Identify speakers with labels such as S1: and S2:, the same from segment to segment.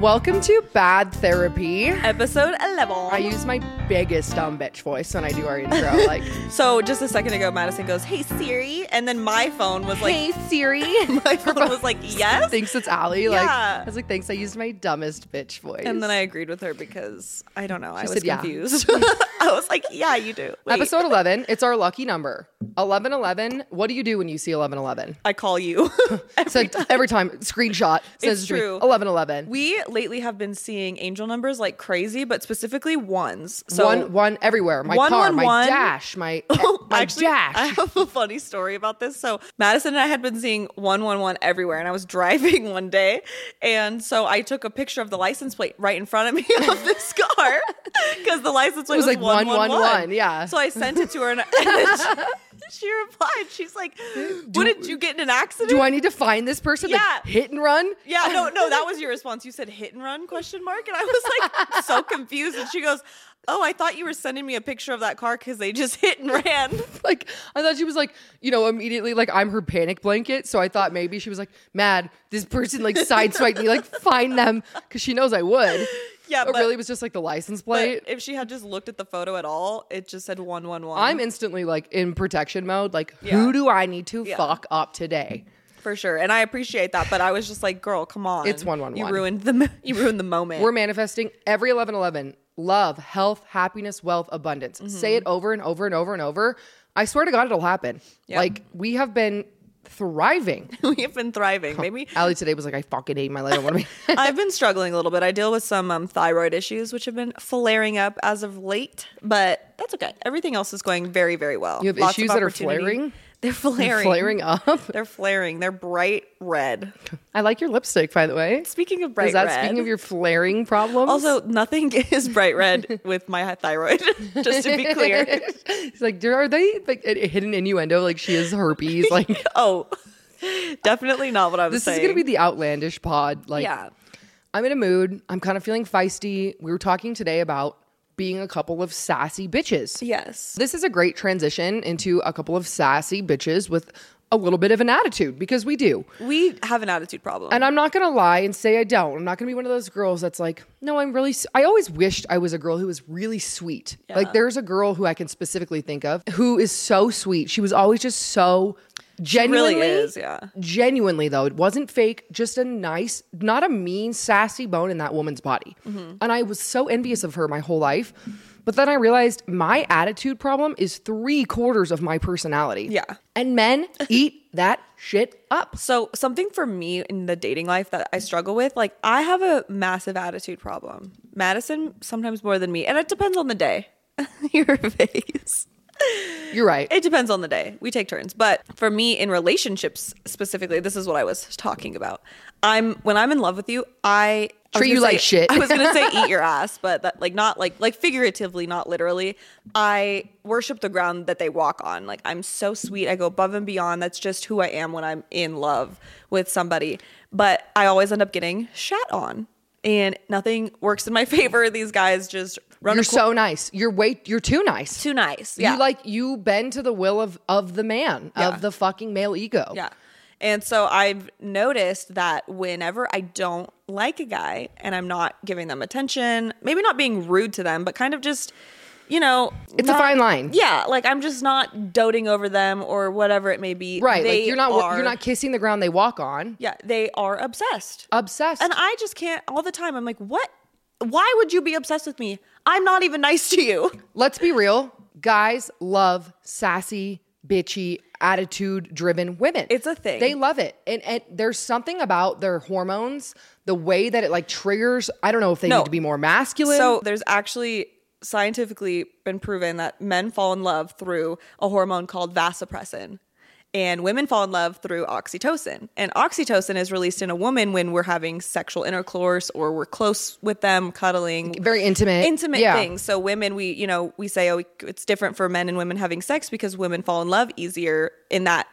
S1: Welcome to Bad Therapy.
S2: Episode 11.
S1: I use my biggest dumb bitch voice when I do our intro. Like,
S2: so just a second ago, Madison goes, "Hey Siri," and then my phone was like,
S1: Siri.
S2: "My phone was like, yes."
S1: thinks it's Allie. Like,
S2: Yeah.
S1: I was like, thanks. I used my dumbest bitch voice.
S2: And then I agreed with her because I don't know. I was
S1: said, "Yeah."
S2: confused. I was like, "Yeah, you do." Wait,
S1: Episode 11, it's our lucky number. 1111. What do you do when you see 1111?
S2: I call you.
S1: Every, time. every time, screenshot says
S2: It's
S1: to me,
S2: true.
S1: 1111.
S2: we lately have been seeing angel numbers like crazy, but specifically ones. So
S1: one, one everywhere. My
S2: One,
S1: car,
S2: one,
S1: my
S2: one.
S1: dash, my,
S2: Oh,
S1: my
S2: actually,
S1: dash.
S2: I have a funny story about this. So Madison and I had been seeing 111 everywhere, and I was driving one day, and so I took a picture of the license plate right in front of me of this car because the license plate
S1: was
S2: was,
S1: like
S2: 111.
S1: 111, yeah.
S2: So I sent it to her, and, and then she, she replied, she's like, "What did you get in an accident?"
S1: do I need to find this person?
S2: Yeah.
S1: Like, hit and run?
S2: yeah, no, no, that was your response. You said hit and run question mark, and I was like so confused. And she goes, "Oh, I thought you were sending me a picture of that car because they just hit and ran."
S1: Like I thought she was like, you know, immediately like I'm her panic blanket. So I thought maybe she was like, mad, this person like sideswiped me, like find them because she knows I would.
S2: Yeah,
S1: But,
S2: but-
S1: Oh, really it was just like the license plate.
S2: But if she had just looked at the photo at all, it just said one one one.
S1: I'm instantly like in protection mode. Like,
S2: Yeah.
S1: who do I need to
S2: Yeah.
S1: fuck up today?
S2: for sure, and I appreciate that. But I was just like, girl, come on,
S1: It's 111.
S2: You ruined the mo- you ruined the moment.
S1: We're manifesting every 1111 love, health, happiness, wealth, abundance.
S2: Mm-hmm.
S1: Say it over and over and over and over. I swear to God, it'll happen.
S2: Yeah.
S1: Like, we have been thriving.
S2: we have been thriving. Maybe
S1: Allie today was like, I fucking hate my life. I want to be.
S2: I've been struggling a little bit. I deal with some um, thyroid issues, which have been flaring up as of late, but that's okay. Everything else is going very very well.
S1: You have
S2: Lots of
S1: issues that are
S2: opportunity.
S1: flaring?
S2: They're flaring.
S1: flaring up.
S2: They're flaring. They're bright red.
S1: I like your lipstick, by the way.
S2: Speaking of bright
S1: Is that
S2: red,
S1: speaking of your flaring problems?
S2: also nothing is bright red with my thyroid. just to be clear.
S1: it's like, there- are they like a a hidden innuendo? Like she has herpes. Like
S2: Oh, definitely not what I was
S1: this
S2: saying.
S1: is gonna be the outlandish pod. Like
S2: yeah.
S1: I'm in a mood. I'm kind of feeling feisty. We were talking today about being a couple of sassy bitches.
S2: Yes.
S1: This is a great transition into a couple of sassy bitches with a little bit of an attitude because we do.
S2: We have an attitude problem.
S1: And I'm not gonna lie and say I don't. I'm not gonna be one of those girls that's like, no, I'm really. s- I always wished I was a girl who was really sweet. Like there's a girl who I can specifically think of who is so sweet. She was always just so genuinely,
S2: is, yeah.
S1: genuinely though. It wasn't fake. Just a nice, not a mean, sassy bone in that woman's body.
S2: Mm-hmm.
S1: And I was so envious of her my whole life. But then I realized my attitude problem is three quarters of my personality.
S2: Yeah.
S1: And men eat that shit up.
S2: so, something for me in the dating life that I struggle with, like, I have a massive attitude problem. Madison, sometimes more than me. And it depends on the day. Your face.
S1: You're right.
S2: It depends on the day. We take turns. But for me in relationships specifically, this is what I was talking about. I'm when I'm in love with you, I I was
S1: Treat you
S2: gonna
S1: like
S2: say-
S1: shit.
S2: I was gonna say eat your ass, but that like not like like figuratively, not literally. I worship the ground that they walk on. Like I'm so sweet. I go above and beyond. That's just who I am when I'm in love with somebody. But I always end up getting shat on. And nothing works in my favor. These guys just run
S1: You're
S2: a cour-
S1: so nice. You're way you're too nice.
S2: too nice. Yeah.
S1: You like you bend to the will of of the man,
S2: Yeah.
S1: of the fucking male ego.
S2: Yeah. And so I've noticed that whenever I don't like a guy and I'm not giving them attention, maybe not being rude to them, but kind of just, you know,
S1: It's a
S2: not-
S1: fine line.
S2: Yeah, like I'm just not doting over them or whatever it may be.
S1: Right.
S2: They
S1: like you're not
S2: are-
S1: you're not kissing the ground they walk on.
S2: Yeah, they are obsessed.
S1: Obsessed.
S2: and I just can't all the time. I'm like, what? Why would you be obsessed with me? I'm not even nice to you.
S1: Let's be real. Guys love sassy, bitchy, attitude driven women.
S2: It's a thing.
S1: They love it. And and there's something about their hormones, the way that it like triggers. I don't know if they
S2: No.
S1: need to be more masculine.
S2: So there's actually scientifically been proven that men fall in love through a hormone called vasopressin. And women fall in love through oxytocin. And oxytocin is released in a woman when we're having sexual intercourse or we're close with them, cuddling,
S1: very intimate.
S2: intimate
S1: Yeah.
S2: things. So women, we you know we say oh it's different for men and women having sex because women fall in love easier in that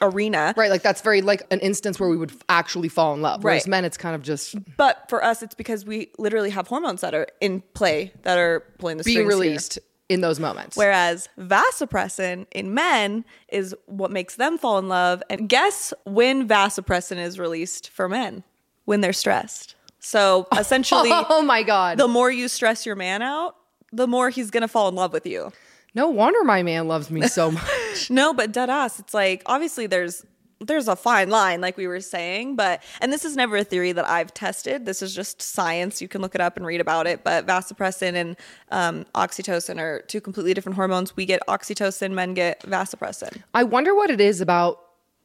S2: arena.
S1: Right, like that's very like an instance where we would f- actually fall in love. Whereas
S2: Right.
S1: men, it's kind of just
S2: But for us, it's because we literally have hormones that are in play that are pulling the
S1: being
S2: strings here.
S1: released in those moments.
S2: Whereas vasopressin in men is what makes them fall in love. And guess when vasopressin is released for men? When they're stressed. So essentially,
S1: Oh my God.
S2: the more you stress your man out, the more he's gonna fall in love with you.
S1: no wonder my man loves me so much.
S2: No, but dead ass. It's like obviously there's there's a fine line, like we were saying, but and this is never a theory that I've tested. This is just science. You can look it up and read about it. But vasopressin and um, oxytocin are two completely different hormones. We get oxytocin, men get vasopressin.
S1: I wonder what it is about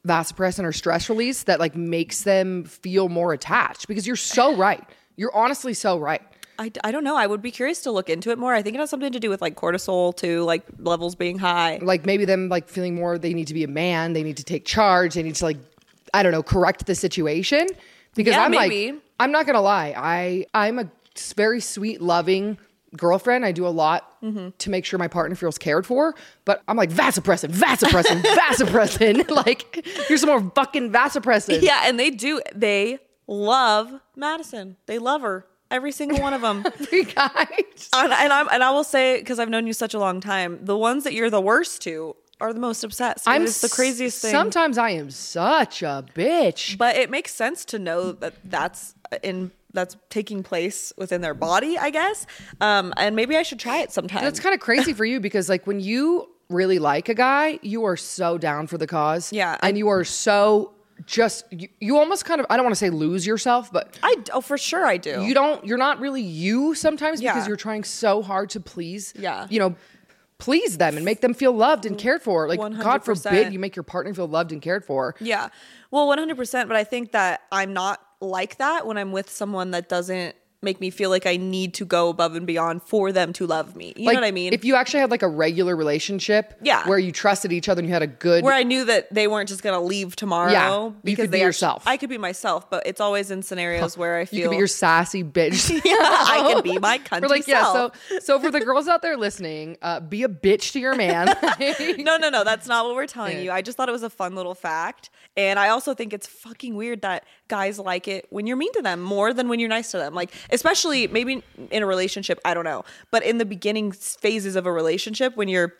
S1: vasopressin or stress release that like makes them feel more attached because you're so right. You're honestly so right.
S2: I, I don't know. I would be curious to look into it more. I think it has something to do with like cortisol too, like levels being high.
S1: Like maybe them like feeling more they need to be a man, they need to take charge, they need to like I don't know, correct the situation because
S2: Yeah,
S1: I'm
S2: maybe.
S1: like I'm not going to lie. I I'm a s- very sweet, loving girlfriend. I do a lot
S2: Mm-hmm.
S1: to make sure my partner feels cared for, but I'm like vasopressin, vasopressin, vasopressin. like here's some more fucking vasopressin.
S2: Yeah, and they do. They love Madison. They love her. Every single one of them.
S1: You guys.
S2: and, and I'm and I will say because I've known you such a long time, the ones that you're the worst to are the most obsessed. I'm it's the
S1: s-
S2: craziest thing.
S1: Sometimes I am such a bitch.
S2: but it makes sense to know that that's in that's taking place within their body, I guess. Um, and maybe I should try it sometime.
S1: That's kind of crazy for you because like when you really like a guy, you are so down for the cause.
S2: Yeah, I-
S1: And you are so just you, you almost kind of I don't want to say lose yourself, but
S2: I oh for sure I do.
S1: you don't you're not really you sometimes
S2: Yeah.
S1: because you're trying so hard to please
S2: Yeah.
S1: you know please them and make them feel loved and cared for like god
S2: 100%.
S1: forbid you make your partner feel loved and cared for
S2: Yeah. Well, 100%. But I think that I'm not like that when I'm with someone that doesn't make me feel like I need to go above and beyond for them to love me. You
S1: like,
S2: know what I mean?
S1: if you actually had like a regular relationship
S2: Yeah.
S1: where you trusted each other and you had a good
S2: Where I knew that they weren't just going to leave tomorrow
S1: Yeah, you
S2: because
S1: could
S2: they
S1: be
S2: actu-
S1: yourself.
S2: I could be myself, but it's always in scenarios where I feel
S1: You could be your sassy bitch.
S2: Yeah, I could be my
S1: We're
S2: country
S1: like, yeah. So,
S2: self.
S1: so for the girls out there listening, uh, be a bitch to your man.
S2: no, no, no. That's not what we're telling
S1: Yeah.
S2: you. I just thought it was a fun little fact. And I also think it's fucking weird that guys like it when you're mean to them more than when you're nice to them. Like, especially maybe in a relationship, I don't know. But in the beginning phases of a relationship, when you're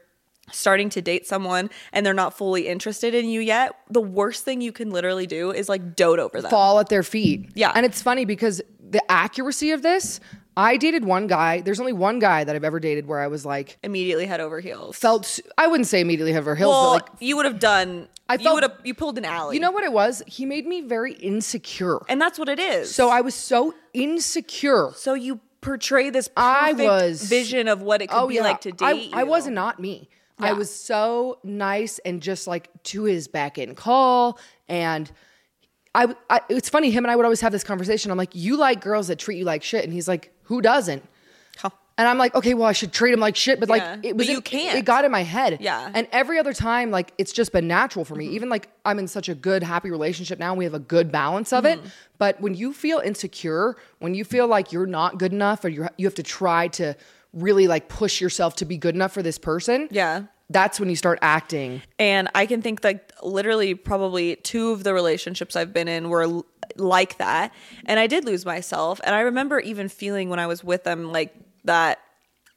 S2: starting to date someone and they're not fully interested in you yet, the worst thing you can literally do is like dote over them.
S1: fall at their feet.
S2: Yeah.
S1: And it's funny because the accuracy of this, I dated one guy. There's only one guy that I've ever dated where I was like,
S2: Immediately head over heels.
S1: felt, s- I wouldn't say immediately head over heels,
S2: well,
S1: but like,
S2: you would have done. I you
S1: felt-
S2: would have you pulled an alley.
S1: you know what it was? He made me very insecure.
S2: and that's what it is.
S1: So I was so insecure.
S2: So you portray this
S1: I
S2: perfect
S1: was- Oh,
S2: vision of what it could be like to date
S1: I,
S2: Oh, you.
S1: I was not me.
S2: Yeah.
S1: I was so nice and just like to his back end call. And I, I, it's funny, him and I would always have this conversation. I'm like, you like girls that treat you like shit. And he's like, who doesn't?
S2: Huh.
S1: And I'm like, okay, well, I should treat him like shit, but
S2: Yeah.
S1: like it was
S2: But you
S1: it-
S2: can't.
S1: It got in my head.
S2: Yeah. Mm-hmm.
S1: And every other time, like it's just been natural for me. Even like I'm in such a good, happy relationship now. and We have a good balance of
S2: Mm-hmm.
S1: it. But when you feel insecure, when you feel like you're not good enough, or you you have to try to really like push yourself to be good enough for this person.
S2: Yeah.
S1: That's when you start acting.
S2: And I can think like literally probably two of the relationships I've been in were l- like that. And I did lose myself. And I remember even feeling when I was with them like that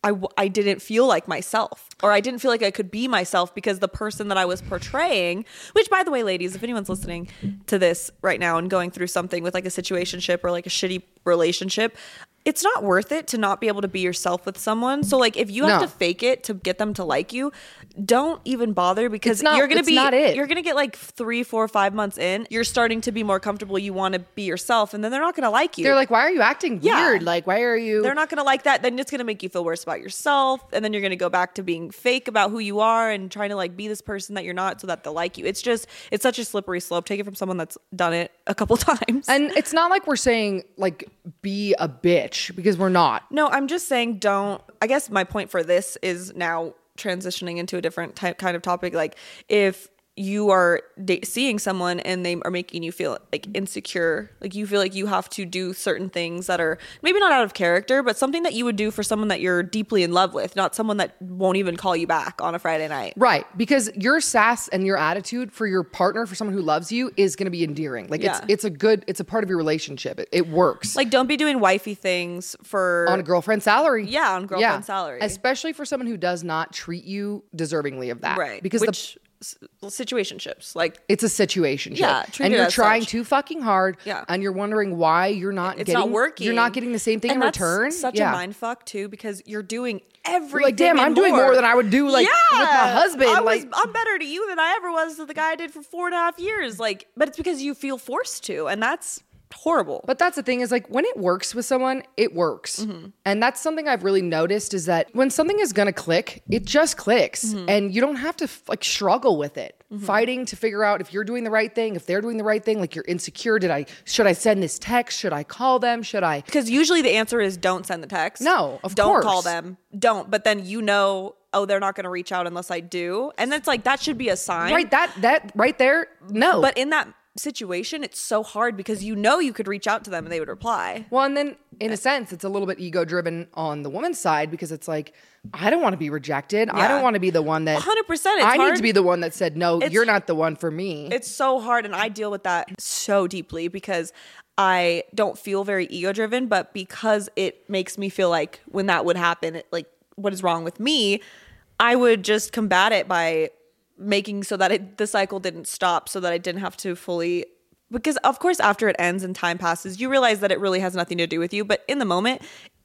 S2: I, w- I didn't feel like myself or I didn't feel like I could be myself because the person that I was portraying, which by the way, ladies, if anyone's listening to this right now and going through something with like a situationship or like a shitty relationship, it's not worth it to not be able to be yourself with someone. So like if you have
S1: No.
S2: to fake it to get them to like you, don't even bother because
S1: It's not-
S2: you're gonna
S1: it's
S2: be
S1: not it.
S2: you're gonna get like three, four, five months in. You're starting to be more comfortable. You want to be yourself, and then they're not gonna like you.
S1: They're like, why are you acting
S2: Yeah.
S1: weird? Like, why are you?
S2: They're not gonna like that. Then it's gonna make you feel worse about yourself, and then you're gonna go back to being fake about who you are and trying to like be this person that you're not, so that they'll like you. It's just it's such a slippery slope. Take it from someone that's done it a couple times.
S1: and it's not like we're saying like be a bitch because we're not.
S2: No, I'm just saying don't. I guess my point for this is now transitioning into a different type kind of topic. Like if you are da- seeing someone and they are making you feel like insecure, like you feel like you have to do certain things that are maybe not out of character, but something that you would do for someone that you're deeply in love with, not someone that won't even call you back on a Friday night.
S1: Right. Because your sass and your attitude for your partner, for someone who loves you, is going to be endearing. Like
S2: Yeah.
S1: it's it's a good, it's a part of your relationship. It, it works.
S2: Like don't be doing wifey things for
S1: on a girlfriend salary.
S2: Yeah, on girlfriend salary.
S1: Especially for someone who does not treat you deservingly of that.
S2: Right.
S1: Because
S2: Which-
S1: the
S2: s- situationships. Like
S1: It's a situation.
S2: Yeah, treat
S1: and
S2: it
S1: you're
S2: as
S1: trying
S2: such.
S1: too fucking hard.
S2: Yeah.
S1: and you're wondering why you're not
S2: it's
S1: getting
S2: not working.
S1: You're not getting the same thing
S2: And
S1: in
S2: that's
S1: return.
S2: Such a mind fuck too, because you're doing everything.
S1: like, damn,
S2: and
S1: I'm doing more than I would do, like, with my husband,
S2: I was,
S1: like-
S2: I'm better to you than I ever was to the guy I did for four and a half years. Like, but it's because you feel forced to, and that's horrible.
S1: But that's the thing is like when it works with someone, it works.
S2: Mm-hmm.
S1: And that's something I've really noticed is that when something is going to click, it just clicks
S2: Mm-hmm.
S1: and you don't have to f- like struggle with it. Fighting to figure out if you're doing the right thing, if they're doing the right thing, like you're insecure, did I should I send this text? Should I call them? Should I
S2: because usually the answer is don't send the text.
S1: No, of
S2: don't call
S1: course.
S2: them. Don't. But then you know, oh, they're not going to reach out unless I do, and that's like that should be a sign.
S1: Right that that right there? No.
S2: But in that situation, it's so hard because you know you could reach out to them and they would reply.
S1: Well, and then in a sense, it's a little bit ego driven on the woman's side because it's like, I don't want to be rejected. I
S2: Yeah.
S1: don't want to be the one that
S2: 100%, it's
S1: I need
S2: hard.
S1: to be the one that said, no, you're not the one for me.
S2: it's so hard and i deal with that so deeply because i don't feel very ego driven but because it makes me feel like when that would happen it, like what is wrong with me i would just combat it by making so that it, the cycle didn't stop so that i didn't have to fully because of course after it ends and time passes you realize that it really has nothing to do with you but in the moment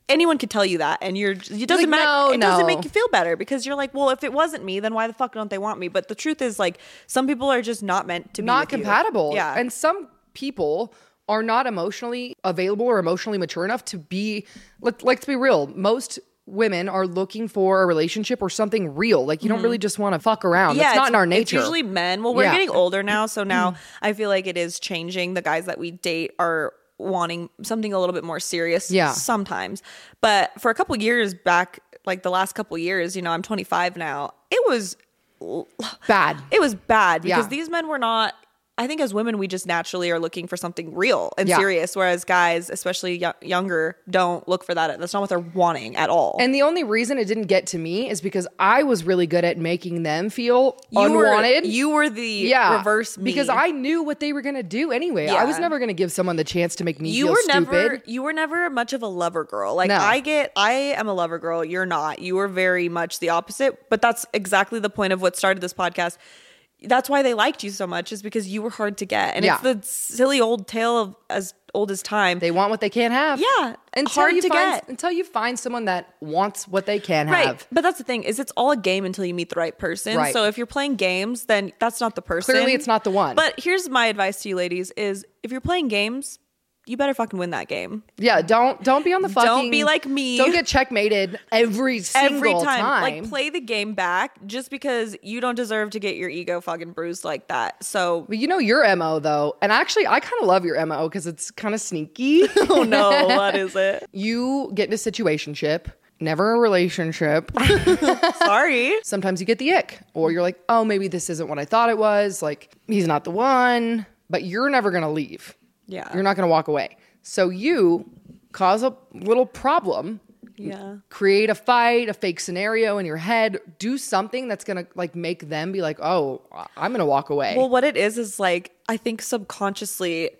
S2: anyone could tell you that and you're it
S1: Like,
S2: doesn't matter
S1: no,
S2: it doesn't
S1: no.
S2: make you feel better because you're like well if it wasn't me then why the fuck don't they want me but the truth is like some people are just not meant to be
S1: not
S2: with you.
S1: compatible.
S2: yeah
S1: And some people are not emotionally available or emotionally mature enough to be let, let's be real. Most women are looking for a relationship or something real. Like you
S2: Mm-hmm.
S1: don't really just want to fuck around. That's not in our nature.
S2: usually men. Well, we're
S1: Yeah. Mm-hmm.
S2: getting older now, so now I feel like it is changing. The guys that we date are wanting something a little bit more serious.
S1: Yeah.
S2: sometimes. But for a couple years back, like the last couple years, you know, I'm 25 now. It was
S1: bad.
S2: it was bad because
S1: Yeah.
S2: these men were not i think as women we just naturally are looking for something real and
S1: Yeah.
S2: serious whereas guys especially yo- younger don't look for that that's not what they're wanting at all
S1: And the only reason it didn't get to me is because I was really good at making them feel
S2: were-
S1: unwanted.
S2: you were the
S1: yeah,
S2: reverse me.
S1: because I knew what they were gonna do anyway. I was
S2: Yeah.
S1: never gonna give someone the chance to make me
S2: you
S1: feel
S2: were
S1: stupid.
S2: never you were never much of a lover girl. Like
S1: No.
S2: I get I am a lover girl, you're not. You were very much the opposite, but that's exactly the point of what started this podcast. That's why they liked you so much is because you were hard to get. And
S1: Yeah.
S2: it's the silly old tale of as old as time.
S1: they want what they can't have.
S2: Yeah,
S1: until
S2: hard
S1: you
S2: to
S1: find
S2: get.
S1: until you find someone that wants what they can have.
S2: But that's the thing is it's all a game until you meet the right person.
S1: Right.
S2: So if you're playing games, then that's not the person.
S1: Clearly it's not the one.
S2: But here's my advice to you ladies is if you're playing games, you better fucking win that game.
S1: Yeah, don't don't be on the fucking.
S2: be like me.
S1: Don't get checkmated every single
S2: Every time, like play the game back just because you don't deserve to get your ego fucking bruised like that. So
S1: but you know your mo though, and actually I kind of love your mo because it's kind of sneaky.
S2: oh no, what is it?
S1: you get in a situationship, never a relationship.
S2: Sorry.
S1: Sometimes you get the ick, or you're like, oh, maybe this isn't what I thought it was. Like he's not the one, but you're never gonna leave.
S2: Yeah.
S1: you're not gonna walk away. So you cause a little problem
S2: Yeah.
S1: create a fight, a fake scenario in your head, do something that's gonna like make them be like, oh, I- I'm gonna walk away.
S2: Well, what it is is like I think subconsciously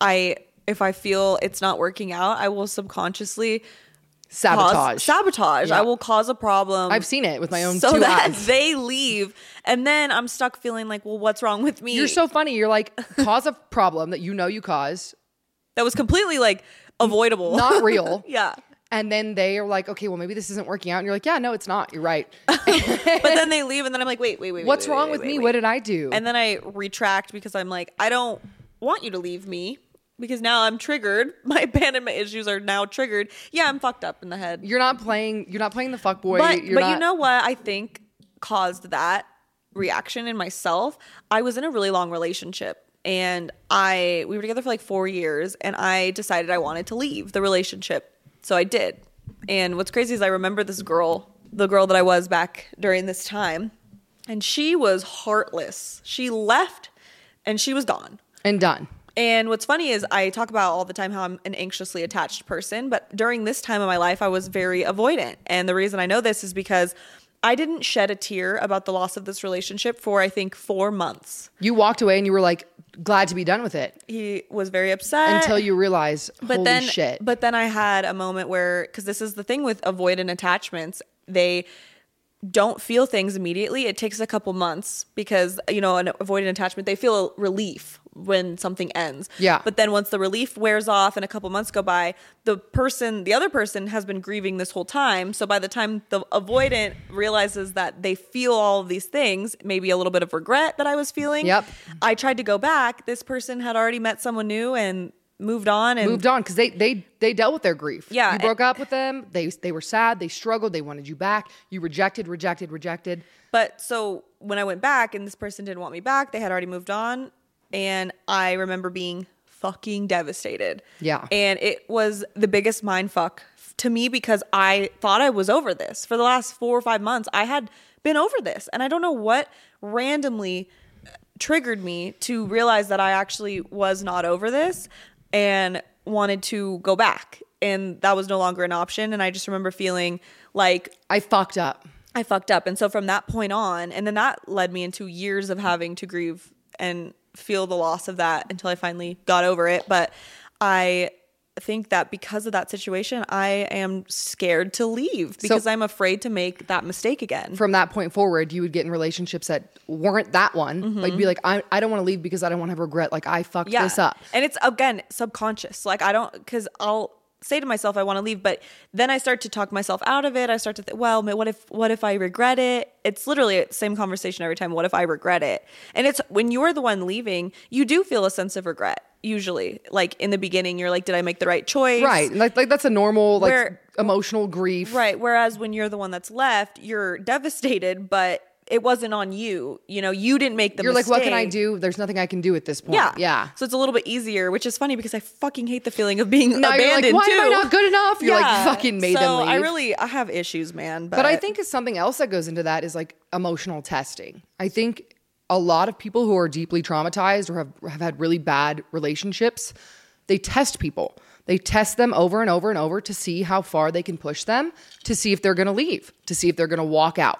S2: I if I feel it's not working out, I will subconsciously cause-
S1: Sabotage.
S2: sabotage.
S1: Yeah.
S2: I will cause a problem.
S1: I've seen it with my own
S2: so
S1: two
S2: that
S1: eyes.
S2: they leave, and then I'm stuck feeling like, well, what's wrong with me?
S1: You're so funny. You're like, cause a problem that you know you cause,
S2: that was completely like avoidable.
S1: not real.
S2: yeah.
S1: And then they are like, okay, well, maybe this isn't working out. And you're like, yeah, no, it's not. You're right.
S2: But then they leave, and then I'm like, wait, wait, wait.
S1: What's
S2: wait, wait,
S1: wrong
S2: wait,
S1: with
S2: wait,
S1: me?
S2: wait.
S1: What did I do?
S2: And then I retract because I'm like, I don't want you to leave me because now I'm triggered. My abandonment issues are now triggered. Yeah, I'm fucked up in the head.
S1: you're not playing. You're not playing the fuck boy.
S2: but
S1: you're
S2: but
S1: not-
S2: you know what I think caused that reaction in myself. I was in a really long relationship and I we were together for like 4 years and I decided I wanted to leave the relationship. So I did. And what's crazy is I remember this girl, the girl that I was back during this time, and she was heartless. She left and she was gone.
S1: and done.
S2: And what's funny is I talk about all the time how I'm an anxiously attached person, but during this time of my life, I was very avoidant. And the reason I know this is because I didn't shed a tear about the loss of this relationship for I think four months.
S1: You walked away and you were like, glad to be done with it
S2: He was very upset
S1: until you realize,
S2: but
S1: holy
S2: then
S1: shit.
S2: but then i had a moment where because this is the thing with avoidant attachments they don't feel things immediately. It takes a couple months because, you know, an avoidant attachment, they feel relief when something ends.
S1: Yeah.
S2: But then once the relief wears off and a couple months go by, the person, the other person has been grieving this whole time. So by the time the avoidant realizes that they feel all of these things, maybe a little bit of regret that I was feeling.
S1: Yep.
S2: I tried to go back. This person had already met someone new and moved on and
S1: moved on because they they they dealt with their grief.
S2: Yeah,
S1: you broke up with them. They they were sad. They struggled. They wanted you back. You rejected, rejected, rejected.
S2: But so when I went back and this person didn't want me back, they had already moved on. And I remember being fucking devastated.
S1: Yeah.
S2: And it was the biggest mind fuck to me because I thought I was over this. For the last four or five months, I had been over this. And I don't know what randomly uh, triggered me to realize that I actually was not over this and wanted to go back. And that was no longer an option. And I just remember feeling like
S1: I fucked up.
S2: I fucked up. And so from that point on, and then that led me into years of having to grieve and feel the loss of that until I finally got over it. But I think that because of that situation, I am scared to leave because I'm afraid to make that mistake again.
S1: From that point forward, you would get in relationships that weren't that one.
S2: Mm-hmm.
S1: Like be like, I I don't want to leave because I don't want to have regret. Like I fucked this up.
S2: And it's again subconscious. Like I don't because I'll say to myself I want to leave, but then I start to talk myself out of it. I start to think, well, ma- what if what if I regret it? It's literally the same conversation every time. What if I regret it? And it's when you're the one leaving, you do feel a sense of regret. Usually, like in the beginning, you're like, did I make the right choice?
S1: Right. Like like that's a normal like
S2: Where-
S1: emotional grief.
S2: Right. Whereas when you're the one that's left, you're devastated, but it wasn't on you. You know, you didn't make the
S1: You're like, what can I
S2: mistake."
S1: do? There's nothing I can do at this point.
S2: Yeah.
S1: Yeah.
S2: So it's a little bit easier, which is funny because I fucking hate the feeling of being
S1: Now you're
S2: abandoned
S1: like, why
S2: too.
S1: am I not good enough? You're
S2: Yeah.
S1: like, fucking made
S2: so
S1: them leave.
S2: I really I have issues, man. But,
S1: But I think is something else that goes into that is like emotional testing. I think a lot of people who are deeply traumatized or have, have had really bad relationships, they test people. They test them over and over and over to see how far they can push them, to see if they're going to leave, to see if they're going to walk out.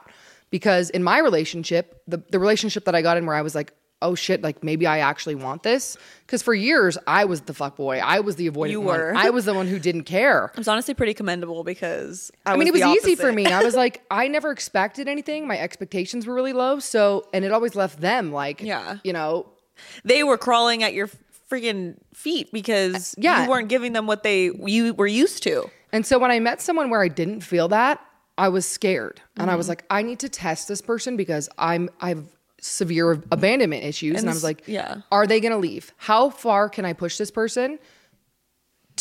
S1: Because in my relationship, the, the relationship that I got in where I was like, oh shit, like maybe I actually want this. Because for years, I was the fuck boy. I was the avoidant
S2: You
S1: one.
S2: were.
S1: I was the one who didn't care.
S2: it was honestly pretty commendable because I,
S1: I mean, it was
S2: the
S1: easy
S2: opposite.
S1: for me. I was like, I never expected anything. My expectations were really low. So, and it always left them like,
S2: Yeah.
S1: you know,
S2: They were crawling at your freaking feet because
S1: Uh, yeah.
S2: you weren't giving them what they you were used to.
S1: And so when I met someone where I didn't feel that, I was scared. And
S2: Mm-hmm.
S1: I was like, I need to test this person because I'm I've severe ab- abandonment issues. And, I
S2: this-
S1: was like,
S2: yeah.
S1: are they gonna leave? How far can I push this person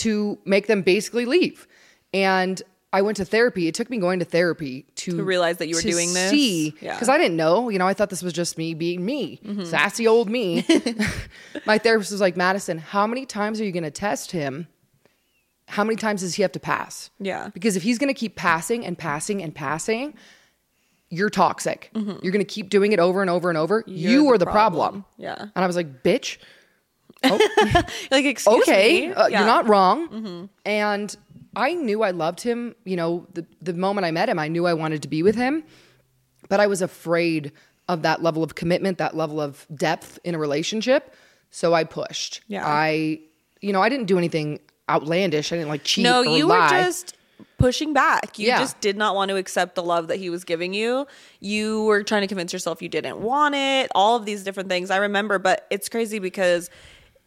S1: to make them basically leave? And I went to therapy. It took me going to therapy to,
S2: realize that you were
S1: to
S2: doing this?
S1: See,
S2: Yeah. Mm-hmm.
S1: because I didn't know. You know, I thought this was just me being me, sassy old me. My therapist was like, Madison, how many times are you going to test him how many times does he have to pass?
S2: Yeah.
S1: Because if he's going to keep passing and passing and passing, you're toxic. You're going to keep doing it over and over and over. You're
S2: Mm-hmm. the
S1: the problem.
S2: problem. Yeah.
S1: And I was like, bitch,
S2: Like excuse
S1: okay,
S2: me.
S1: uh,
S2: Yeah. Mm-hmm.
S1: you're not wrong. And I knew I loved him. You know, the, the moment I met him, I knew I wanted to be with him, but I was afraid of that level of commitment, that level of depth in a relationship. So I pushed.
S2: Yeah.
S1: I, you know, I didn't do anything outlandish. I didn't like cheat.
S2: No,
S1: or
S2: you
S1: lie.
S2: were just pushing back. You
S1: Yeah.
S2: just did not want to accept the love that he was giving you. You were trying to convince yourself you didn't want it, all of these different things. I remember, but it's crazy because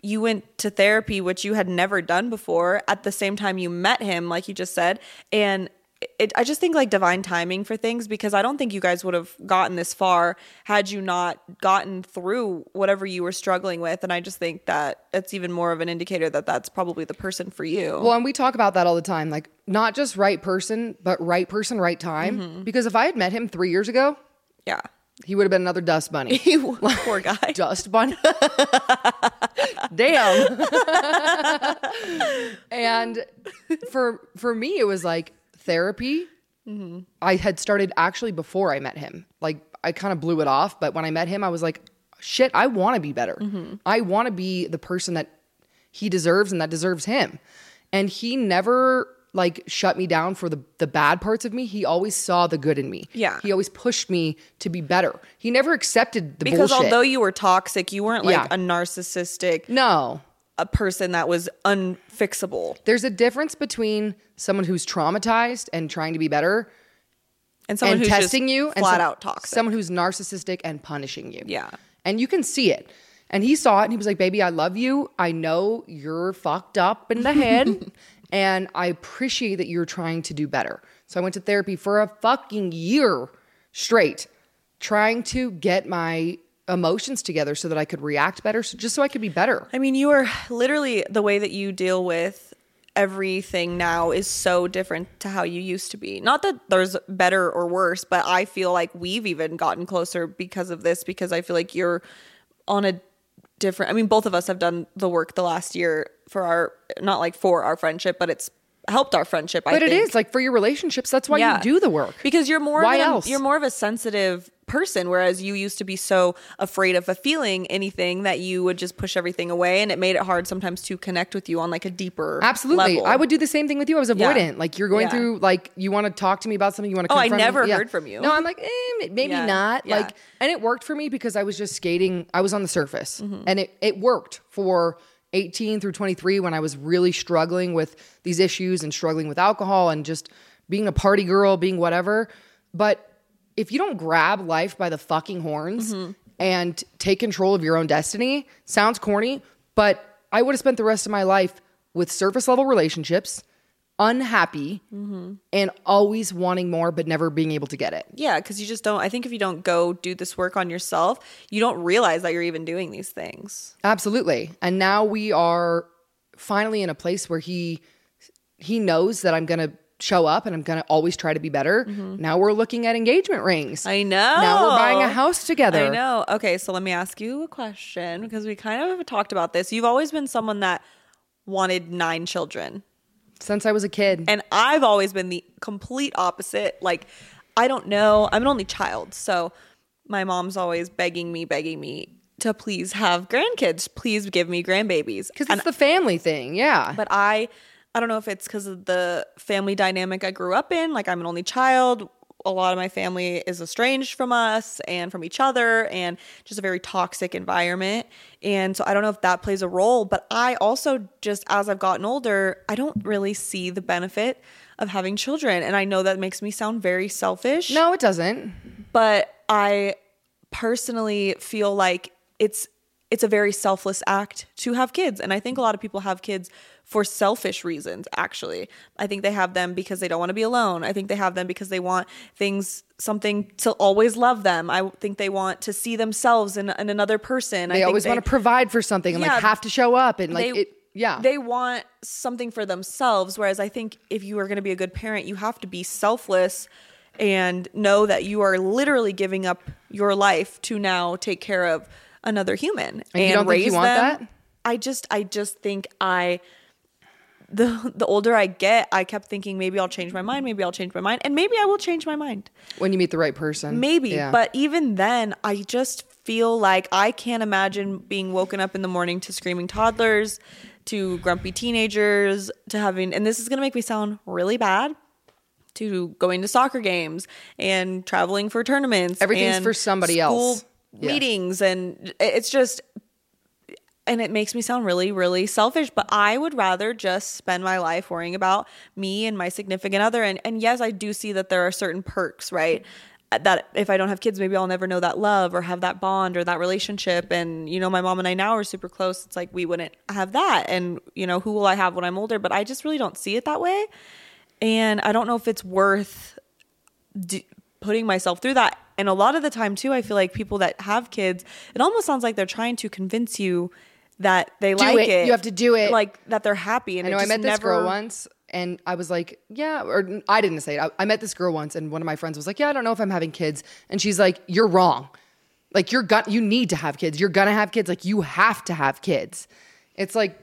S2: you went to therapy, which you had never done before, at the same time you met him, like you just said. And it, I just think like divine timing for things because I don't think you guys would have gotten this far had you not gotten through whatever you were struggling with. And I just think that that's even more of an indicator that that's probably the person for you.
S1: Well, and we talk about that all the time. Like, not just right person, but right person, right time. Because if I had met him three years ago,
S2: yeah.
S1: he would have been another dust bunny.
S2: You poor guy.
S1: dust bunny. Damn. and for for me, it was like therapy.
S2: Mm-hmm.
S1: I had started actually before I met him. Like I kind of blew it off, but when I met him, I was like, shit, I want to be better.
S2: Mm-hmm.
S1: I want to be the person that he deserves and that deserves him. And he never like shut me down for the the bad parts of me. He always saw the good in me.
S2: Yeah.
S1: He always pushed me to be better. He never accepted the
S2: Because
S1: bullshit.
S2: although you were toxic, you weren't like
S1: Yeah.
S2: a narcissistic,
S1: No.
S2: a person that was unfixable.
S1: There's a difference between someone who's traumatized and trying to be better
S2: And someone
S1: and
S2: who's
S1: testing
S2: just
S1: you and
S2: flat
S1: some-
S2: out toxic.
S1: Someone who's narcissistic and punishing you.
S2: Yeah.
S1: And you can see it. And he saw it and he was like, Baby, I love you. I know you're fucked up in the head. and I appreciate that you're trying to do better. So I went to therapy for a fucking year straight, trying to get my emotions together so that I could react better, so just so I could be better.
S2: I mean, you are literally the way that you deal with everything now is so different to how you used to be. Not that there's better or worse, but I feel like we've even gotten closer because of this because I feel like you're on a different I mean, both of us have done the work the last year for our not like for our friendship, but it's helped our friendship, I
S1: But
S2: think.
S1: it is like for your relationships, that's why you do the work.
S2: because you're more
S1: Why
S2: of an-
S1: else?
S2: you're more of a sensitive person whereas you used to be so afraid of a feeling anything that you would just push everything away and it made it hard sometimes to connect with you on like a deeper
S1: Absolutely.
S2: level.
S1: I would do the same thing with you. I was
S2: Yeah.
S1: avoidant. Like you're going
S2: Yeah.
S1: through like you want to talk to me about something you want to
S2: Oh, I
S1: confront
S2: never
S1: me. Yeah.
S2: heard from you.
S1: No, I'm like, eh, m- maybe
S2: Yeah.
S1: not.
S2: Yeah.
S1: Like and it worked for me because I was just skating. I was on the surface.
S2: Mm-hmm.
S1: And it it worked for 18 through 23 when I was really struggling with these issues and struggling with alcohol and just being a party girl, being whatever. But if you don't grab life by the fucking horns
S2: Mm-hmm.
S1: and take control of your own destiny, sounds corny, but I would have spent the rest of my life with surface level relationships, unhappy,
S2: Mm-hmm.
S1: and always wanting more but never being able to get it.
S2: yeah because you just don't i think if you don't go do this work on yourself you don't realize that you're even doing these things
S1: Absolutely. And now we are finally in a place where he he knows that I'm going to show up and I'm going to always try to be better. Now we're looking at engagement rings.
S2: Mm-hmm. I know.
S1: Now we're buying a house together.
S2: I know. Okay, so let me ask you a question because we kind of talked about this. You've always been someone that wanted nine children.
S1: Since I was a kid.
S2: And I've always been the complete opposite. Like, I don't know. I'm an only child. So my mom's always begging me, begging me to please have grandkids. Please give me grandbabies.
S1: because it's the family thing, yeah.
S2: But I, I don't know if it's because of the family dynamic I grew up in. Like, I'm an only child. A lot of my family is estranged from us and from each other, and just a very toxic environment. And so, I don't know if that plays a role, but I also just as I've gotten older, I don't really see the benefit of having children. And I know that makes me sound very selfish
S1: no, it doesn't.
S2: but I personally feel like it's it's a very selfless act to have kids and I think a lot of people have kids for selfish reasons actually. I think they have them because they don't want to be alone. I think they have them because they want things something to always love them. I think they want to see themselves in, in another person. I
S1: They
S2: think
S1: always want to provide for something and
S2: Yeah.
S1: like have to show up and like
S2: they,
S1: it, yeah.
S2: They want something for themselves. Whereas I think if you are going to be a good parent, you have to be selfless and know that you are literally giving up your life to now take care of another human and,
S1: you don't think
S2: raise
S1: you want
S2: them.
S1: that?
S2: I just, I just think I. The, the older I get, I kept thinking maybe I'll change my mind, maybe I'll change my mind, and maybe I will change my mind.
S1: when you meet the right person.
S2: Maybe,
S1: Yeah.
S2: but even then, I just feel like I can't imagine being woken up in the morning to screaming toddlers, to grumpy teenagers, to having, and this is going to make me sound really bad, to going to soccer games and traveling for tournaments.
S1: Everything's
S2: and
S1: for somebody
S2: school
S1: else. Yeah.
S2: Meetings, and it's just, and it makes me sound really, really selfish, but I would rather just spend my life worrying about me and my significant other. And, and yes, I do see that there are certain perks, right? That if I don't have kids, maybe I'll never know that love or have that bond or that relationship. And, you know, my mom and I now are super close. It's like we wouldn't have that. And, you know, who will I have when I'm older? But I just really don't see it that way. And I don't know if it's worth d- putting myself through that. And a lot of the time, too, I feel like people that have kids, it almost sounds like they're trying to convince you that they like
S1: it.
S2: it.
S1: You have to do it.
S2: Like that they're happy. And
S1: I know
S2: it
S1: I
S2: just
S1: met this
S2: never,
S1: girl once and I was like, yeah, or n- I didn't say it. I, I met this girl once and one of my friends was like, yeah, I don't know if I'm having kids. And she's like, you're wrong. Like you're got you need to have kids. You're gonna have kids. Like you have to have kids. It's like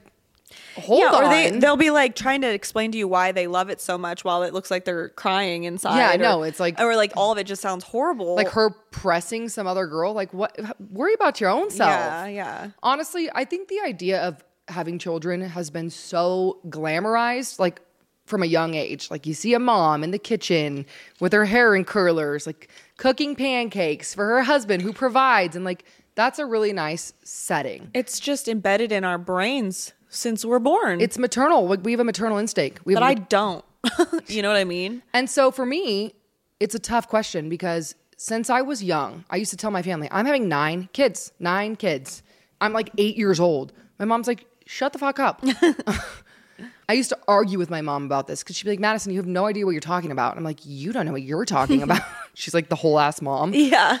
S1: hold
S2: Yeah,
S1: on.
S2: or they they'll be like trying to explain to you why they love it so much while it looks like they're crying inside.
S1: Yeah,
S2: or,
S1: no, it's like-
S2: or like all of it just sounds horrible.
S1: like her pressing some other girl. Like what worry about your own self.
S2: Yeah, yeah.
S1: honestly, I think the idea of having children has been so glamorized, like from a young age. Like you see a mom in the kitchen with her hair in curlers, like cooking pancakes for her husband who provides, and like that's a really nice setting.
S2: It's just embedded in our brains since we're born.
S1: It's maternal. Like we have a maternal instinct. We have
S2: but
S1: a
S2: I don't. you know what I mean?
S1: And so for me, It's a tough question because since I was young, I used to tell my family, I'm having nine kids, nine kids. I'm like eight years old. My mom's like, shut the fuck up. I used to argue with my mom about this because she'd be like, Madison, you have no idea what you're talking about. And I'm like, you don't know what you're talking about. She's like, the whole ass mom.
S2: Yeah.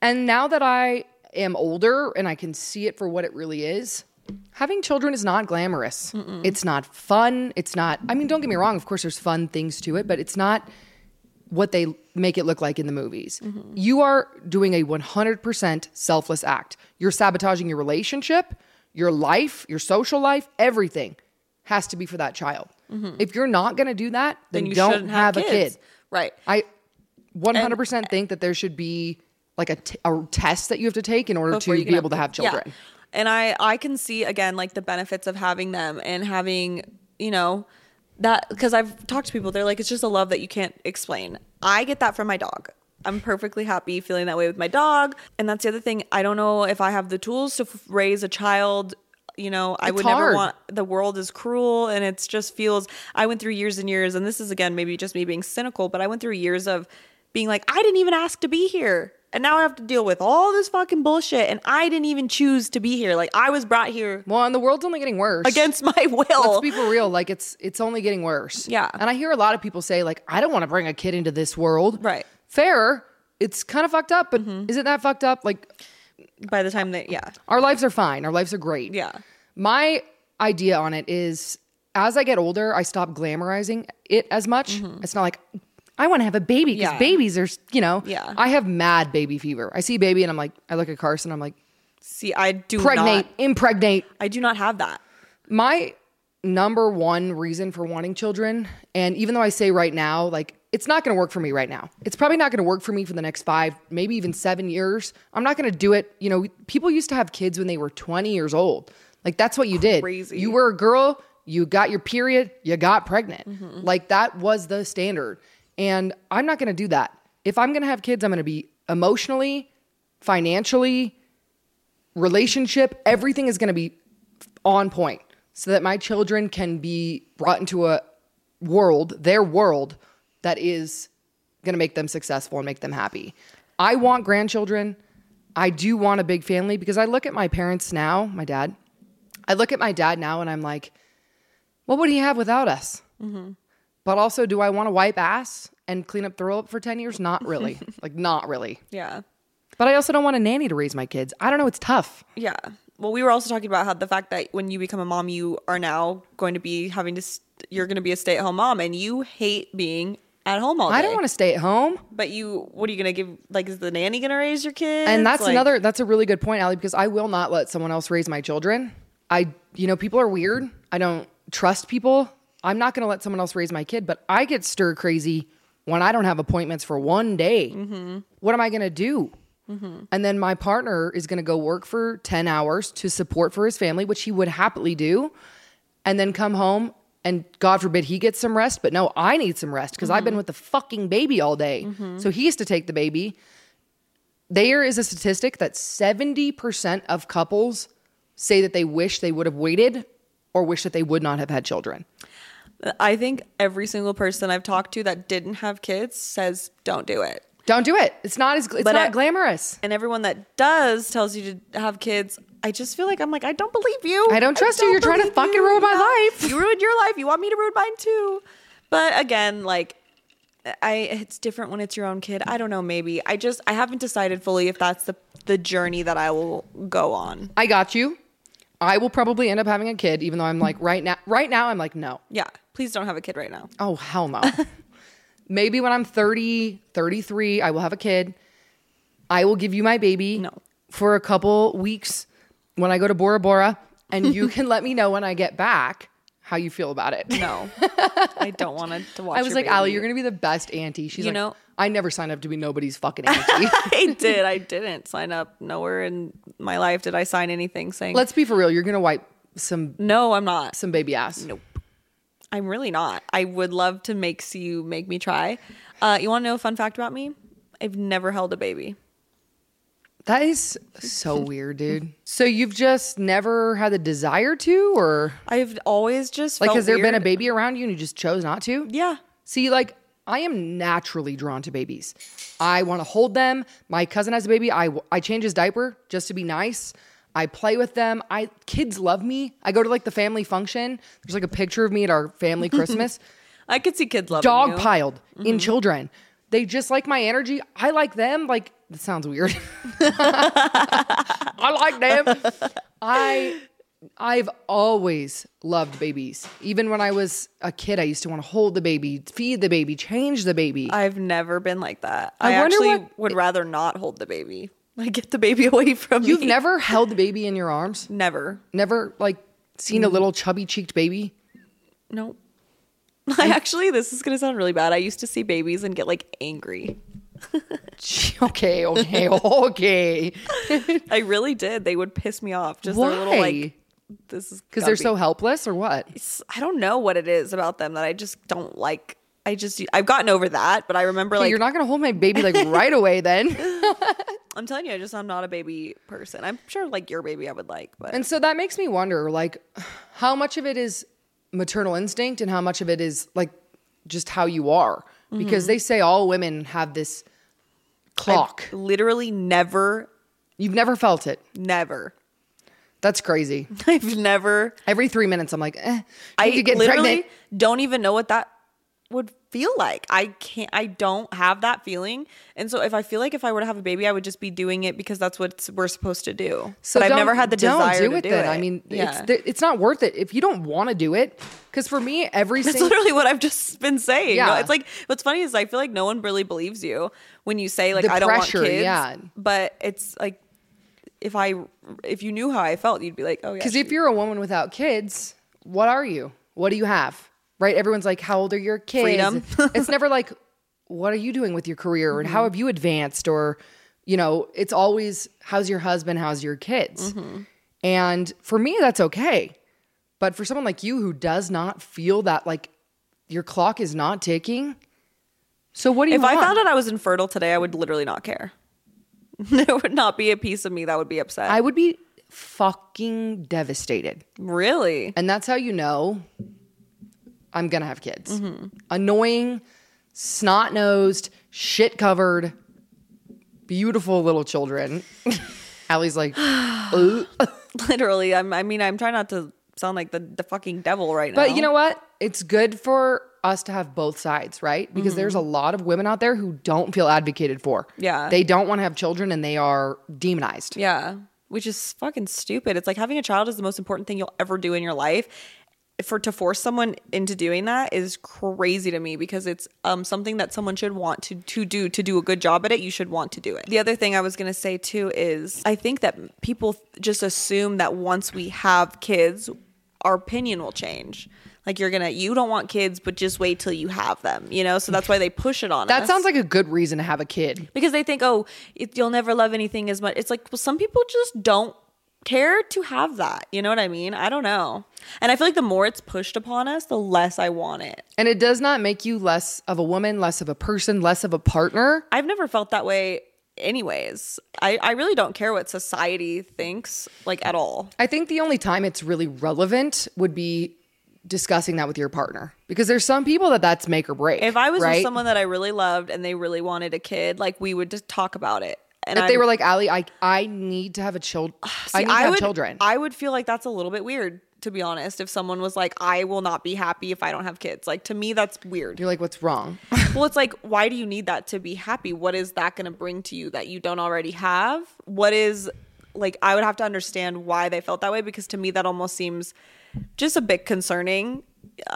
S1: And now that I am older and I can see it for what it really is, having children is not glamorous. It's not fun. It's not, I mean, don't get me wrong. Of course, there's fun things to it, but it's not what they make it look like in the movies.
S2: Mm-hmm.
S1: You are doing a 100% selfless act. You're sabotaging your relationship, your life, your social life, everything has to be for that child. If you're not going to do that, then,
S2: And Mm-hmm. you
S1: don't
S2: shouldn't have,
S1: have a
S2: kids.
S1: kid.
S2: Right.
S1: I 100% think that there should be like a, t- a test that you have to take in order
S2: before
S1: to
S2: you
S1: be
S2: can
S1: able to have children.
S2: Yeah. And I I can see again like the benefits of having them and having, you know, that because I've talked to people, they're like, it's just a love that you can't explain. I get that from my dog. I'm perfectly happy feeling that way with my dog. And that's the other thing. I don't know if I have the tools to f- raise a child. You know, I
S1: It's
S2: would
S1: hard.
S2: never want the world is cruel and it's just feels I went through years and years and this is again maybe just me being cynical, but I went through years of being like I didn't even ask to be here. And now I have to deal with all this fucking bullshit and I didn't even choose to be here. Like I was brought here
S1: Well, and the world's only getting worse.
S2: against my will.
S1: let's be for real. Like it's it's only getting worse.
S2: Yeah.
S1: And I hear a lot of people say like, I don't want to bring a kid into this world.
S2: Right. Mm-hmm.
S1: Fair. It's kind of fucked up, but is it that fucked up? Like
S2: By the time that yeah.
S1: our lives are fine. Our lives are great.
S2: Yeah.
S1: My idea on it is as I get older, I stop glamorizing it as much. It's not like I want to have a baby because
S2: Mm-hmm. Yeah.
S1: babies are, you know,
S2: Yeah.
S1: I have mad baby fever. I see baby and I'm like, I look at Carson, I'm like,
S2: See, I do
S1: pregnate,
S2: not
S1: impregnate,
S2: I do not have that.
S1: my number one reason for wanting children, and even though I say right now, like, it's not going to work for me right now. It's probably not going to work for me for the next five, maybe even seven years. I'm not going to do it. You know, people used to have kids when they were 20 years old. Like, that's what you did.
S2: Crazy.
S1: You were a girl, you got your period, you got pregnant. Like, that was the standard. And I'm not going to do that. If I'm going to have kids, I'm going to be emotionally, financially, relationship, everything is going to be on point so that my children can be brought into a world, their world, that is going to make them successful and make them happy. I want grandchildren. I do want a big family because I look at my parents now, my dad. I look at my dad now and I'm like, what would he have without us? But also, do I want to wipe ass and clean up throw up for 10 years? Not really. like, not really.
S2: Yeah.
S1: But I also don't want a nanny to raise my kids. I don't know. It's tough.
S2: Yeah. Well, we were also talking about how the fact that when you become a mom, you are now going to be having to, st- you're going to be a stay at home mom and you hate being at home all day.
S1: I don't want to stay at home.
S2: But you, what are you going to give? Like, is the nanny going to raise your kid?
S1: And that's another that's a really good point, Allie, because I will not let someone else raise my children. I you know, people are weird. I don't trust people. I'm not gonna let someone else raise my kid, but I get stir crazy when I don't have appointments for one day. What am I gonna do? And then my partner is gonna go work for 10 hours to support for his family, which he would happily do, and then come home and God forbid he gets some rest, but no, I need some rest because I've been with the fucking baby all day. So he has to take the baby there is a statistic that 70% of couples say that they wish they would have waited or wish that they would not have had children.
S2: I think every single person I've talked to that didn't have kids says, don't do it.
S1: Don't do it. It's not as it's
S2: But
S1: not
S2: I-
S1: glamorous.
S2: And everyone that does tells you to have kids. I just feel like I'm like, I don't believe you.
S1: I don't trust you. You're trying to
S2: believe
S1: fucking
S2: you.
S1: ruin my
S2: Yeah.
S1: life.
S2: You ruined your life. You want me to ruin mine too. But again, like, I it's different when it's your own kid. I don't know. Maybe I just I haven't decided fully if that's the the journey that I will go on.
S1: I got you. I will probably end up having a kid even though I'm like right now right now I'm like no.
S2: Yeah. Please don't have a kid right now.
S1: Oh hell no. Maybe when I'm 30, 33, I will have a kid. I will give you my baby
S2: No.
S1: for a couple weeks when I go to Bora Bora and you can let me know when I get back how you feel about it.
S2: No, I don't want to- to watch.
S1: I was
S2: your
S1: like, Allie,
S2: baby.
S1: you're gonna be the best auntie. She's
S2: You
S1: like,
S2: know-
S1: I never signed up to be nobody's fucking auntie.
S2: I did. I didn't sign up. Nowhere in my life did I sign anything saying,
S1: Let's be for real. You're gonna wipe some
S2: "No, I'm not."
S1: some baby ass.
S2: Nope. I'm really not. I would love to make see you make me try. Uh, you want to know a fun fact about me? I've never held a baby.
S1: That is so weird, dude. So you've just never had the desire to, or
S2: I've always just
S1: like,
S2: felt
S1: has there been a
S2: weird.
S1: baby around you and you just chose not to?
S2: Yeah,
S1: See, like, I am naturally drawn to babies. I want to hold them. My cousin has a baby. I, I change his diaper just to be nice. I play with them. I kids love me. I go to like the family function. There's like a picture of me at our family Christmas.
S2: I could see kids loving
S1: Dog
S2: you. Mm-hmm.
S1: piled in children. They just like my energy. I like them. Like that sounds weird. I like them. I I've always loved babies. Even when I was a kid, I used to want to hold the baby, feed the baby, change the baby.
S2: I've never been like that. I,
S1: wonder
S2: actually
S1: what-
S2: would rather not hold the baby. Like get the baby away from
S1: You've
S2: me.
S1: never held the baby in your arms?
S2: never.
S1: Never like seen a
S2: Mm.
S1: little chubby-cheeked baby?
S2: Nope. I actually this is gonna sound really bad. I used to see babies and get like angry.
S1: Gee, okay, okay, okay.
S2: I really did. They would piss me off. Just their little
S1: Why?
S2: like this is
S1: Because they're
S2: gotta be-
S1: so helpless or what?
S2: s- I don't know what it is about them that I just don't like. I just I've gotten over that, but I remember
S1: Hey,
S2: like
S1: you're not gonna hold my baby like right away then.
S2: I'm telling you, I just I'm not a baby person. I'm sure like your baby I would like, but
S1: And so that makes me wonder like how much of it is maternal instinct and how much of it is like just how you are
S2: Mm-hmm.
S1: because they say all women have this clock.
S2: literally never,
S1: You've never felt it.
S2: never.
S1: That's crazy.
S2: I've never.
S1: Every 3 minutes I'm like, eh, I
S2: I
S1: need to get
S2: literally
S1: pregnant.
S2: don't even know what that would feel like. I can't. I don't have that feeling. And so if I feel like if I were to have a baby, I would just be doing it because that's what we're supposed to do. but I've
S1: don't-
S2: never had the
S1: don't
S2: desire
S1: do
S2: to
S1: it
S2: do
S1: then.
S2: it.
S1: I mean,
S2: yeah.
S1: it's th- it's not worth it if you don't want to do it. Because for me, every
S2: That's
S1: single
S2: literally what I've just been saying. No,
S1: Yeah.
S2: It's like what's funny is I feel like no one really believes you when you say like
S1: The
S2: I don't
S1: pressure,
S2: want kids.
S1: yeah.
S2: But it's like if I if you knew how I felt, you'd be like, oh yeah.
S1: Because
S2: she-
S1: if you're a woman without kids, what are you? What do you have? Right? Everyone's like, how old are your kids?
S2: Freedom.
S1: it's never like, what are you doing with your career? And
S2: Mm-hmm.
S1: how have you advanced? Or, you know, it's always, how's your husband? How's your kids?
S2: Mm-hmm.
S1: And for me, that's okay. But for someone like you who does not feel that, like, your clock is not ticking. So what do you
S2: if I
S1: want?
S2: found out I was infertile today, I would literally not care. there would not be a piece of me that would be upset.
S1: I would be fucking devastated.
S2: really?
S1: And that's how you know I'm going to have kids. Annoying, snot nosed, shit covered, beautiful little children. Allie's like, "Ugh."
S2: Literally. I'm, I mean, I'm trying not to sound like the, the fucking devil right now.
S1: but you know what? It's good for us to have both sides, right? Because there's a lot of women out there who don't feel advocated for.
S2: Yeah.
S1: They don't want to have children and they are demonized.
S2: Yeah. Which is fucking stupid. It's like having a child is the most important thing you'll ever do in your life. For to force someone into doing that is crazy to me because it's um something that someone should want to to do to do a good job at it. You should want to do it. The other thing I was gonna say too is I think that people just assume that once we have kids, our opinion will change. Like you're gonna you don't want kids, but just wait till you have them. You know, so that's why they push it on us
S1: That sounds like a good reason to have a kid.
S2: because they think, oh, it, you'll never love anything as much. It's like, well, some people just don't care to have that. You know what I mean? I don't know. And I feel like the more it's pushed upon us, the less I want it.
S1: And it does not make you less of a woman, less of a person, less of a partner.
S2: I've never felt that way. Anyways, I, I really don't care what society thinks, like at all.
S1: I think the only time it's really relevant would be discussing that with your partner because there's some people that that's make or break.
S2: If I was
S1: right?
S2: with someone that I really loved and they really wanted a kid, like we would just talk about it. And
S1: if they
S2: I'm- Ah,
S1: were like, "Ali, I I need to have a child. I
S2: See,
S1: need to have
S2: would,
S1: children."
S2: I would feel like that's a little bit weird, to be honest. If someone was like, I will not be happy if I don't have kids. Like to me, that's weird.
S1: You're like, "What's wrong?"
S2: well, it's like, why do you need that to be happy? What is that going to bring to you that you don't already have? What is like, I would have to understand why they felt that way because to me, that almost seems just a bit concerning.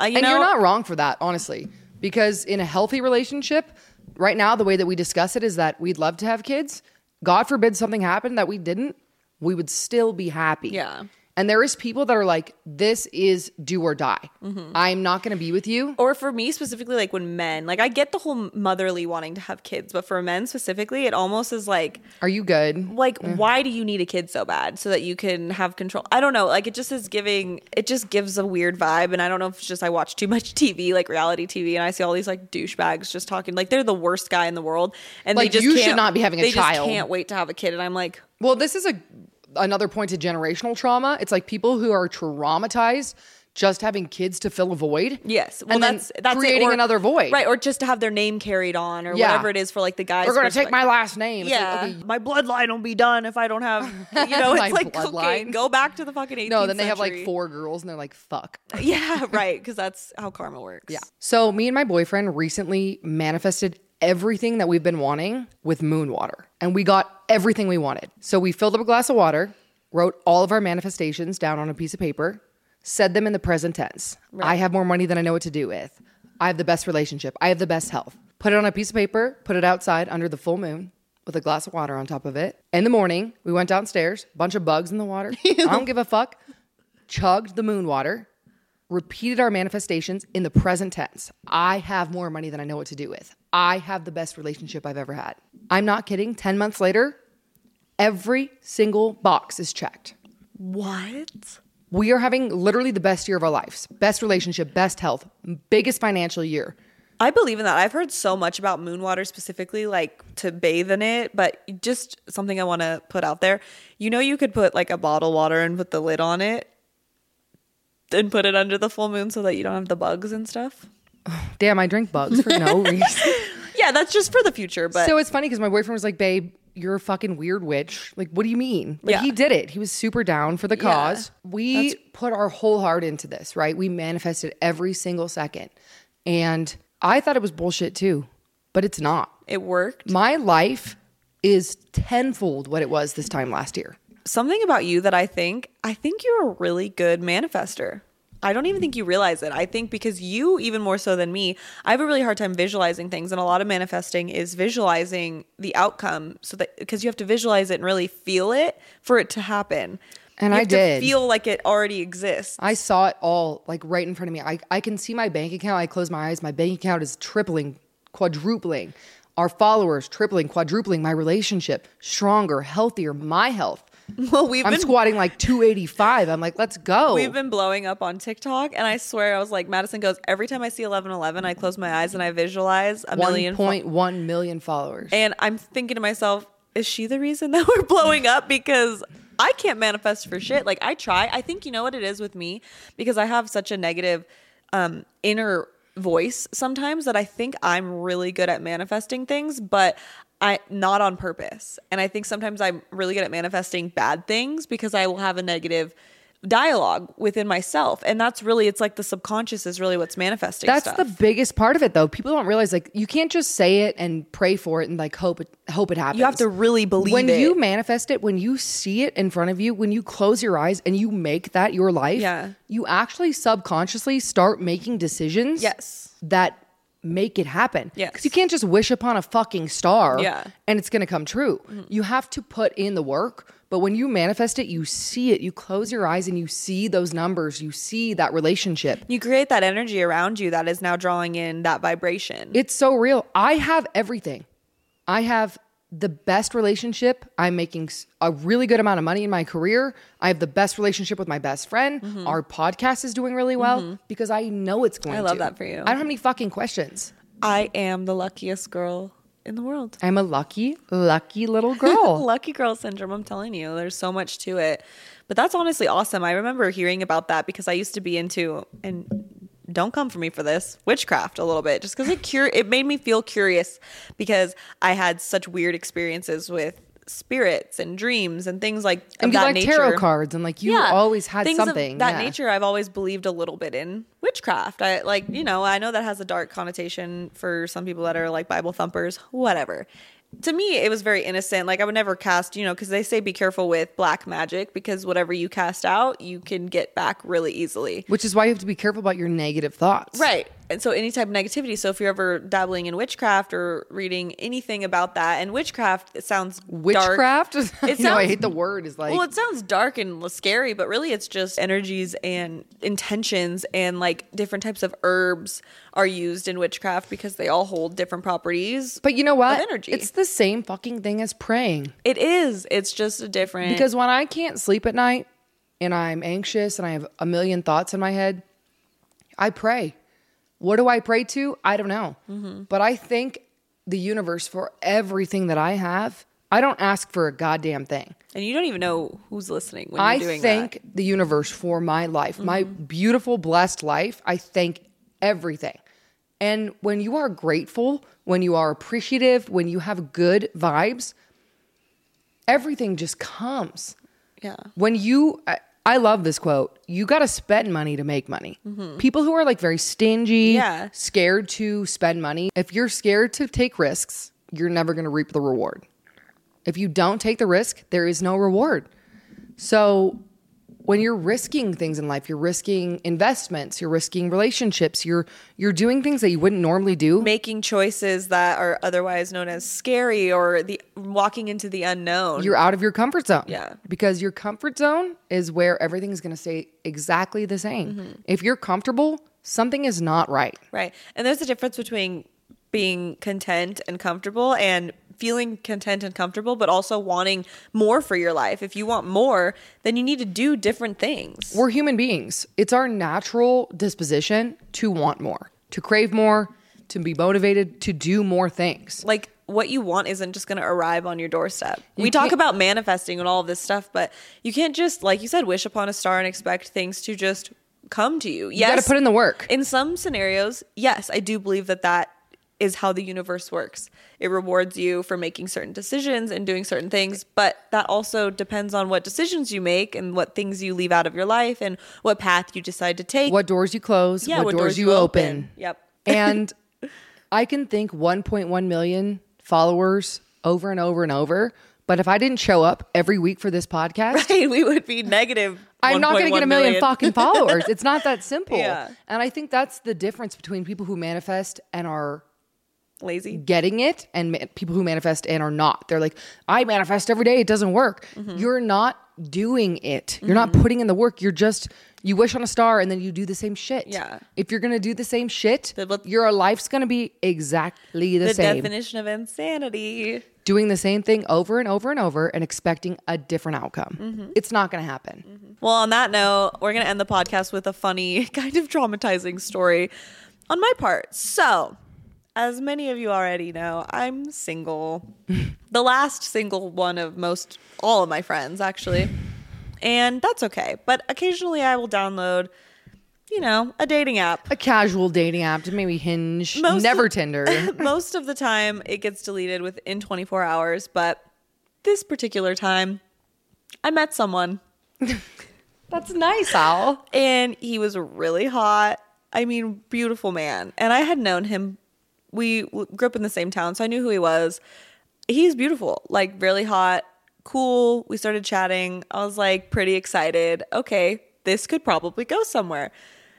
S2: Uh, you
S1: and
S2: know,
S1: you're not wrong for that, honestly, because in a healthy relationship, right now the way that we discuss it is that we'd love to have kids. God forbid something happened that we didn't, we would still be happy.
S2: Yeah.
S1: And there is people that are like, "This is do or die.
S2: Mm-hmm.
S1: I'm not going to be with you."
S2: or for me specifically, like when men, like I get the whole motherly wanting to have kids, but for men specifically, it almost is like,
S1: Are you good?
S2: like why do you need a kid so bad so that you can have control i don't know like it just is giving it just gives a weird vibe and i don't know if it's just i watch too much tv like reality tv and i see all these like douchebags just talking like they're the worst guy in the world and
S1: Like,
S2: they just
S1: you should
S2: can't-
S1: not be having a
S2: they
S1: child.
S2: just can't wait to have a kid and i'm like
S1: Well, this is a another point to generational trauma. It's like people who are traumatized just having kids to fill a void.
S2: Yes. Well,
S1: and then
S2: that's that's it.
S1: creating
S2: Or-
S1: another void.
S2: right? Or just to have their name carried on, or
S1: Yeah.
S2: whatever it is for like the guys.
S1: We're gonna take
S2: perspective.
S1: my last name. It's like,
S2: Yeah,
S1: okay,
S2: my bloodline will be done if I don't have. You know,
S1: My
S2: it's like okay,
S1: bloodline.
S2: go back to the fucking 18th
S1: no, then they have like
S2: century.
S1: four girls, and they're like, "Fuck."
S2: Yeah, right. Because that's how karma works.
S1: Yeah. So me and my boyfriend recently manifested everything that we've been wanting with moon water. And we got everything we wanted. So we filled up a glass of water, wrote all of our manifestations down on a piece of paper, said them in the present tense. I have more money than I know what to do with. I have the best relationship. I have the best health. Put it on a piece of paper, put it outside under the full moon with a glass of water on top of it. In the morning, we went downstairs, bunch of bugs in the water. I don't give a fuck. Chugged the moon water, repeated our manifestations in the present tense. I have more money than I know what to do with. I have the best relationship I've ever had. I'm not kidding. 10 months later, every single box is checked.
S2: What?
S1: We are having literally the best year of our lives best relationship, best health, biggest financial year.
S2: I believe in that. I've heard so much about moon water specifically, like to bathe in it, but just something I want to put out there. You know, you could put like a bottle water and put the lid on it and put it under the full moon so that you don't have the bugs and stuff.
S1: Damn, I drink bugs for no reason.
S2: Yeah, that's just for the future, but
S1: so it's funny because my boyfriend was like, babe, you're a fucking weird witch. Like, what do you mean? Like,
S2: Yeah.
S1: he did it. He was super down for the cause. We put our whole heart into this, right? We manifested every single second. And I thought it was bullshit too, but it's not.
S2: it worked.
S1: My life is tenfold what it was this time last year.
S2: Something about you that I think, I think you're a really good manifester. I don't even think you realize it. I think because you, even more so than me, I have a really hard time visualizing things. And a lot of manifesting is visualizing the outcome so that because you have to visualize it and really feel it for it to happen.
S1: And
S2: You
S1: I
S2: have to
S1: did.
S2: feel like it already exists.
S1: I saw it all like right in front of me. I, I can see my bank account. I close my eyes. My bank account is tripling, quadrupling. Our followers tripling, quadrupling. My relationship stronger, healthier. My health.
S2: Well, we've
S1: I'm
S2: been
S1: squatting like 285. I'm like, let's go.
S2: We've been blowing up on TikTok, and I swear I was like, Madison goes every time I see eleven eleven, I close my eyes and I visualize a million.
S1: 1.1 million followers.
S2: and I'm thinking to myself, is she the reason that we're blowing up? Because I can't manifest for shit. Like I try. I think you know what it is with me because I have such a negative um, inner voice sometimes that I think I'm really good at manifesting things, but I not on purpose. And I think sometimes I'm really good at manifesting bad things because I will have a negative dialogue within myself. And that's really it's like the subconscious is really what's manifesting
S1: That's
S2: stuff.
S1: the biggest part of it, though. People don't realize like you can't just say it and pray for it and like hope it hope it happens.
S2: you have to really believe
S1: when
S2: it.
S1: you manifest it, when you see it in front of you, when you close your eyes and you make that your life,
S2: Yeah.
S1: you actually subconsciously start making decisions
S2: Yes.
S1: that make it happen.
S2: Yes.
S1: Because you can't just wish upon a fucking star
S2: Yeah. Mm-hmm.
S1: and it's gonna come true. You have to put in the work. But when you manifest it, you see it. You close your eyes and you see those numbers. You see that relationship.
S2: You create that energy around you that is now drawing in that vibration.
S1: It's so real. I have everything. I have the best relationship. I'm making s- a really good amount of money in my career. I have the best relationship with my best friend. Our podcast is doing really well because I know it's going to.
S2: Mm-hmm. I love that for you.
S1: I don't have any fucking questions.
S2: I am the luckiest girl in the world.
S1: I'm a lucky, lucky little girl.
S2: Lucky girl syndrome, I'm telling you, there's so much to it. But that's honestly awesome. I remember hearing about that because I used to be into and don't come for me for this witchcraft a little bit just because it cur- it made me feel curious because I had such weird experiences with spirits and dreams and things like
S1: and
S2: of
S1: you
S2: that
S1: like
S2: nature.
S1: tarot cards and like you always had
S2: things
S1: something.
S2: of that
S1: yeah.
S2: nature i've always believed a little bit in witchcraft i like you know i know that has a dark connotation for some people that are like bible thumpers whatever to me it was very innocent like i would never cast you know because they say be careful with black magic because whatever you cast out you can get back really easily
S1: Which is why you have to be careful about your negative thoughts.
S2: Right. And so any type of negativity. So if you're ever dabbling in witchcraft or reading anything about that, and witchcraft it sounds dark.
S1: Witchcraft. you know, I
S2: It sounds-
S1: hate the word. Is like
S2: Well, it sounds dark and scary, but really it's just energies and intentions and like different types of herbs are used in witchcraft because they all hold different properties.
S1: But you know what?
S2: energy.
S1: It's the same fucking thing as praying.
S2: It is. It's just a different
S1: Because when I can't sleep at night and I'm anxious and I have a million thoughts in my head, I pray. What do I pray
S2: Mm-hmm.
S1: to? I don't know. But I thank the universe for everything that I have. I don't ask for a goddamn thing.
S2: And you don't even know who's listening when you're
S1: I
S2: doing
S1: thank
S2: that. Mm-hmm.
S1: the universe for my life, my beautiful, blessed life. I thank everything. And when you are grateful, when you are appreciative, when you have good vibes, everything just comes.
S2: Yeah.
S1: When you, I, I love this quote you got to spend money to make money. People who are like very stingy,
S2: Yeah.
S1: scared to spend money, if you're scared to take risks, you're never going to reap the reward. If you don't take the risk, there is no reward. So when you're risking things in life, you're risking investments, you're risking relationships, you're you're doing things that you wouldn't normally do.
S2: Making choices that are otherwise known as scary or the walking into the unknown.
S1: You're out of your comfort zone.
S2: Yeah.
S1: Because your comfort zone is where everything's going to stay exactly the same. If you're comfortable, something is not right.
S2: Right. And there's a difference between being content and comfortable and feeling content and comfortable, but also wanting more for your life. If you want more, then you need to do different things.
S1: We're human beings. It's our natural disposition to want more, to crave more, to be motivated to do more things.
S2: Like, what you want isn't just going to arrive on your doorstep. we talk
S1: can't-
S2: about manifesting and all of this stuff, but you can't just, like you said, wish upon a star and expect things to just come to you.
S1: You got
S2: Yes,
S1: to put in the work.
S2: In some scenarios, yes, I do believe that that is how the universe works. It rewards you for making certain decisions and doing certain things, but that also depends on what decisions you make and what things you leave out of your life and what path you decide to take.
S1: what doors you close, what, doors, you open.
S2: Yep.
S1: and I can think 1.1 million followers over and over and over. But if I didn't show up every week for this podcast,
S2: Hey, we would be negative.
S1: I'm not going to get a
S2: 1.1
S1: million, fucking followers. It's not that simple.
S2: Yeah.
S1: And I think that's the difference between people who manifest and are
S2: lazy.
S1: getting it and ma- people who manifest and are not. They're like, I manifest every day. It doesn't work.
S2: Mm-hmm.
S1: You're not doing it. You're not putting in the work. You're just, you wish on a star and then you do the same shit.
S2: Yeah.
S1: If you're going to do the same shit,
S2: The- what-
S1: your life's going to be exactly the,
S2: The
S1: same.
S2: definition of insanity.
S1: doing the same thing over and over and over and expecting a different outcome.
S2: Mm-hmm.
S1: It's not going to happen.
S2: Well, on that note, we're going to end the podcast with a funny, kind of traumatizing story on my part. So, as many of you already know, I'm single. the last single one of most all of my friends, actually. And that's okay. But occasionally I will download, you know, a dating app.
S1: a casual dating app, maybe Hinge,
S2: Most-
S1: never Tinder.
S2: Most of the time it gets deleted within 24 hours, but this particular time I met someone
S1: That's nice, Al.
S2: and he was really hot. I mean, beautiful man. And I had known him. We w- grew up in the same town, so I knew who he was. He's beautiful, like really hot, cool. We started chatting. I was like pretty excited. Okay, this could probably go somewhere.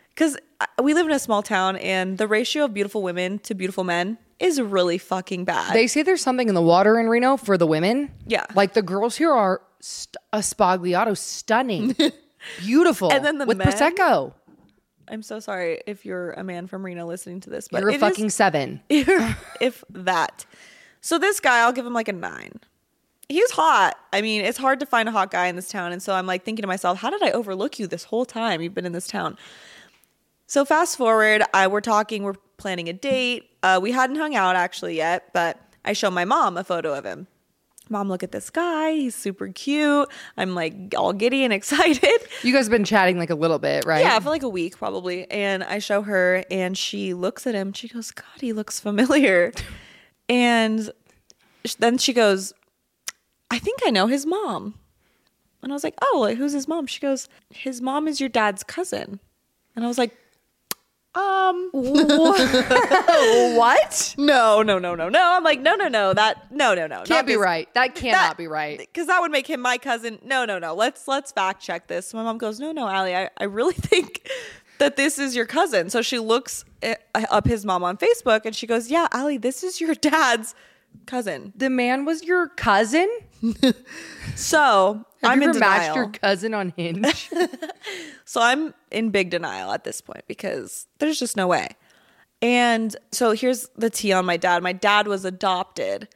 S2: Because we live in a small town, and the ratio of beautiful women to beautiful men is really fucking bad.
S1: They say there's something in the water in Reno for the women.
S2: Yeah.
S1: like the girls here are st- Espagliato, stunning, beautiful,
S2: And then the
S1: with
S2: men?
S1: prosecco.
S2: I'm so sorry if you're a man from Reno listening to this, but
S1: You're
S2: it
S1: a
S2: is-
S1: fucking seven.
S2: if, if that. So this guy, I'll give him like a nine. He's hot. I mean, it's hard to find a hot guy in this town. And so I'm like thinking to myself, how did I overlook you this whole time? You've been in this town. So fast forward, I we're talking, we're planning a date. Uh, we hadn't hung out actually yet, but I show my mom a photo of him. Mom, look at this guy. He's super cute. I'm like all giddy and excited.
S1: You guys have been chatting like a little bit, right?
S2: Yeah, for like a week probably. And I show her, and she looks at him. She goes, "God, he looks familiar." and sh- then she goes, "I think I know his mom." And I was like, "Oh, like, who's his mom?" She goes, "His mom is your dad's cousin." And I was like, "Um, what? No, no, no, no, no." I'm like, "No, no, no. That no, no, no.
S1: can't
S2: not
S1: be
S2: this-
S1: right. That cannot be right.
S2: because that would make him my cousin. No, no, no. Let's let's fact check this. My mom goes, no, no, Allie, I, I really think that this is your cousin. So she looks i- up his mom on Facebook and she goes, yeah, Allie, this is your dad's cousin.
S1: The man was your cousin.
S2: So
S1: Have
S2: I'm
S1: you
S2: in
S1: ever matched
S2: denial.
S1: your cousin on Hinge?
S2: So I'm in big denial at this point because there's just no way. And so here's the tea on my dad. My dad was adopted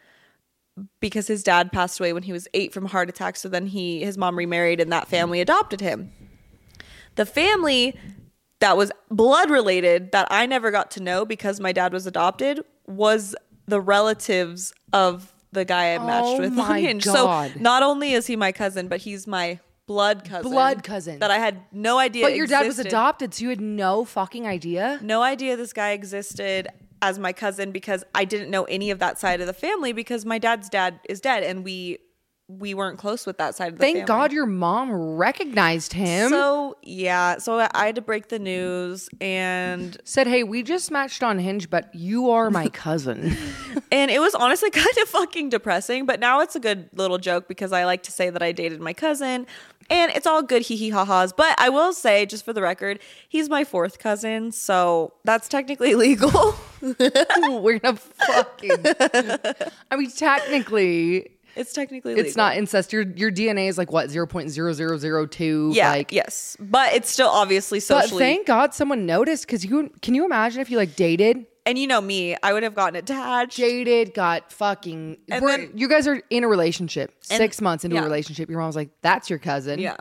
S2: because his dad passed away when he was 8 from a heart attack, so then he his mom remarried and that family adopted him. The family that was blood related that I never got to know because my dad was adopted was the relatives of the guy I matched
S1: Oh
S2: with on
S1: my
S2: Hinge. So
S1: God.
S2: not only is he my cousin, but he's my blood cousin.
S1: Blood cousin.
S2: That I had no idea.
S1: But your dad was
S2: existed.
S1: adopted, so you had no fucking idea.
S2: no idea this guy existed as my cousin because I didn't know any of that side of the family because my dad's dad is dead and we we weren't close with that side of the
S1: Thank
S2: family.
S1: God your mom recognized him.
S2: So yeah, so I- I had to break the news and
S1: said, "Hey, we just matched on Hinge, but you are my cousin."
S2: and it was honestly kind of fucking depressing, but now it's a good little joke because I like to say that I dated my cousin and it's all good hee hee ha ha's. But I will say, just for the record, he's my fourth cousin, so that's technically legal.
S1: Ooh, We're gonna fucking. I mean, technically,
S2: it's technically legal.
S1: it's not incest. Your your DNA is like what zero point zero zero zero two.
S2: Yeah,
S1: like
S2: yes. But it's still obviously
S1: But
S2: socially.
S1: thank God someone noticed because you can you imagine if you like dated,
S2: and you know me, I would have gotten attached.
S1: dated, got fucking.
S2: And
S1: we're-
S2: then-
S1: you guys are in a relationship. Six months into
S2: yeah.
S1: a relationship, your mom was like, "That's your cousin."
S2: yeah.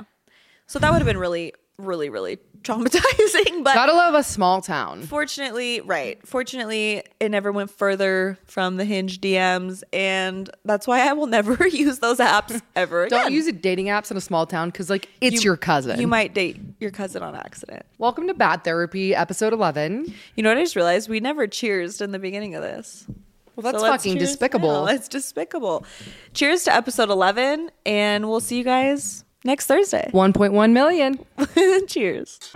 S2: So that would have been really, really, really traumatizing. But
S1: Gotta love a small town.
S2: fortunately, right. Fortunately, it never went further from the hinge DMs. And that's why I will never use those apps ever again.
S1: Don't use it dating apps in a small town because like it's
S2: You-
S1: your cousin.
S2: You might date your cousin on accident.
S1: Welcome to Bad Therapy, episode eleven.
S2: You know what I just realized? We never cheersed in the beginning of this.
S1: Well, that's
S2: So let's
S1: fucking
S2: cheers
S1: despicable.
S2: now. That's despicable. Cheers to episode 11, and we'll see you guys next Thursday.
S1: One point one million.
S2: cheers.